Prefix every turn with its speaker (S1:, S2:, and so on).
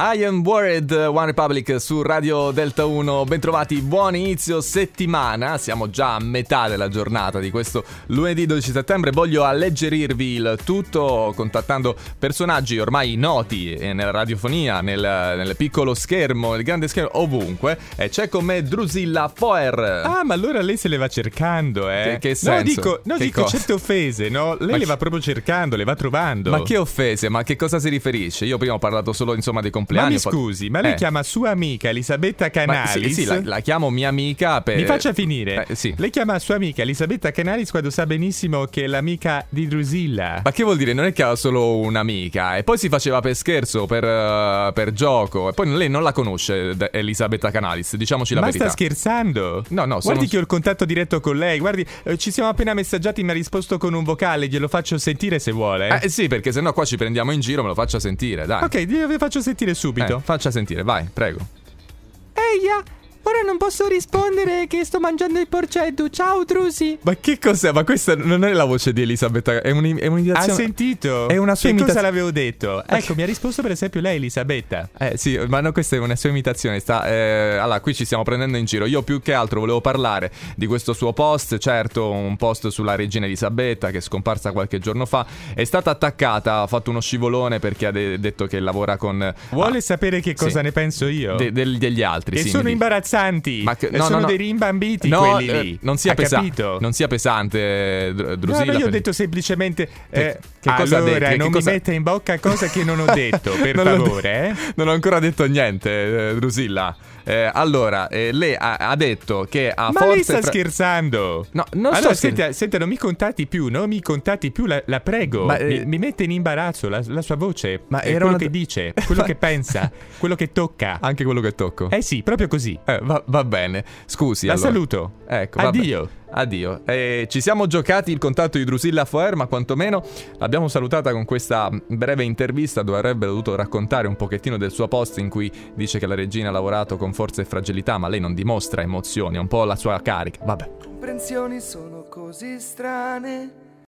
S1: I am worried uh, One Republic su Radio Delta 1. Bentrovati, buon inizio settimana. Siamo già a metà della giornata di questo lunedì 12 settembre. Voglio alleggerirvi il tutto contattando personaggi ormai noti eh, nella radiofonia, nel, nel piccolo schermo, nel grande schermo, ovunque. E c'è con me Drusilla Foer.
S2: Ah, ma allora lei se le va cercando, eh?
S1: Che- che
S2: No,
S1: senso?
S2: dico, no,
S1: Che
S2: dico
S1: cosa?
S2: certe offese, no? Lei
S1: Ma
S2: le
S1: chi-
S2: va proprio cercando, le va trovando.
S1: Ma che offese, ma a che cosa si riferisce? Io prima ho parlato solo insomma dei
S2: Ma
S1: compleanni.
S2: mi
S1: ho fatto-
S2: scusi, ma lei
S1: Eh.
S2: chiama sua amica Elisabetta
S1: Ma
S2: Canalis?
S1: sì, sì, la, la chiamo mia amica per...
S2: Mi faccia finire.
S1: Eh, sì.
S2: Lei chiama sua amica Elisabetta Canalis quando sa benissimo che è l'amica di Drusilla.
S1: Ma che vuol dire? Non è che ha solo un'amica. E poi si faceva per scherzo, per, eh, per gioco. E poi lei non la conosce, D- Elisabetta Canalis, diciamoci la
S2: Ma
S1: verità.
S2: sta scherzando?
S1: No, no, sono-
S2: Guardi che ho il contatto diretto con lei. Guardi, eh, ci siamo appena messaggiati. Mi ha risposto con un vocale. Glielo faccio sentire se vuole.
S1: Eh sì, perché sennò qua ci prendiamo in giro, me lo faccia sentire, dai.
S2: Ok, glielo faccio sentire subito.
S1: Eh, faccia sentire, vai, prego.
S3: Eia, ora non posso rispondere che sto mangiando il porcetto. Ciao Drusi.
S1: Ma che cos'è? Ma questa non è la voce di Elisabetta, è, un, è
S2: Ha
S3: Ah,
S1: un'imitazione...
S2: sentito?
S1: È una sua
S2: Che cosa
S1: imitazione-
S2: l'avevo detto?
S1: Ma
S2: Ecco, mi ha risposto per esempio lei, Elisabetta.
S1: Eh sì, ma no, questa è una sua imitazione. Sta, eh, allora, qui ci stiamo prendendo in giro. Io più che altro volevo parlare di questo suo post, certo, un post sulla regina Elisabetta che è scomparsa qualche giorno fa. È stata attaccata, ha fatto uno scivolone perché ha de- detto che lavora con...
S2: Vuole
S1: ah,
S2: sapere che
S1: sì.
S2: cosa ne penso io?
S1: de- del- degli altri.
S2: che
S1: sì,
S2: sono
S1: mi dica.
S2: imbarazzanti.
S1: Ma che-
S2: E
S1: no, no,
S2: sono
S1: no.
S2: dei rimbambiti
S1: No,
S2: quelli
S1: eh,
S2: lì.
S1: non sia,
S2: ha
S1: pesa-
S2: capito?
S1: non sia pesante, eh, Dr-
S2: No,
S1: Drusilla.
S2: no, io ho
S1: per-
S2: detto semplicemente
S1: Che-
S2: eh,
S1: che cosa ha
S2: allora
S1: detto? Che
S2: non
S1: cosa-
S2: mi metta in bocca cose che non ho detto, per
S1: Non l'ho de-
S2: favore, eh.
S1: Non ho ancora detto niente, eh, Drusilla. Eh, allora, eh, lei ha, ha detto che ha
S2: Ma
S1: forze...
S2: lei sta
S1: fra-
S2: scherzando?
S1: No, non sto
S2: allora,
S1: scherzando.
S2: senta, senta, non mi contatti più, non mi contatti più, la, la prego.
S1: Ma,
S2: mi,
S1: eh,
S2: mi mette in imbarazzo la, la sua voce,
S1: Ma
S2: ma
S1: era
S2: quello
S1: una-
S2: che dice, quello che pensa, quello che tocca.
S1: Anche quello che tocco.
S2: Eh sì, proprio così.
S1: Eh, va, va bene, scusi.
S2: La
S1: allora.
S2: saluto.
S1: Ecco, vabbè.
S2: Addio.
S1: Addio. Eh, ci siamo giocati il contatto di Drusilla Foer, ma quantomeno l'abbiamo salutata con questa breve intervista dove avrebbe dovuto raccontare un pochettino del suo post in cui dice che la regina ha lavorato con forza e fragilità, ma lei non dimostra emozioni, è un po' la sua carica. Vabbè.
S4: comprensioni sono così strane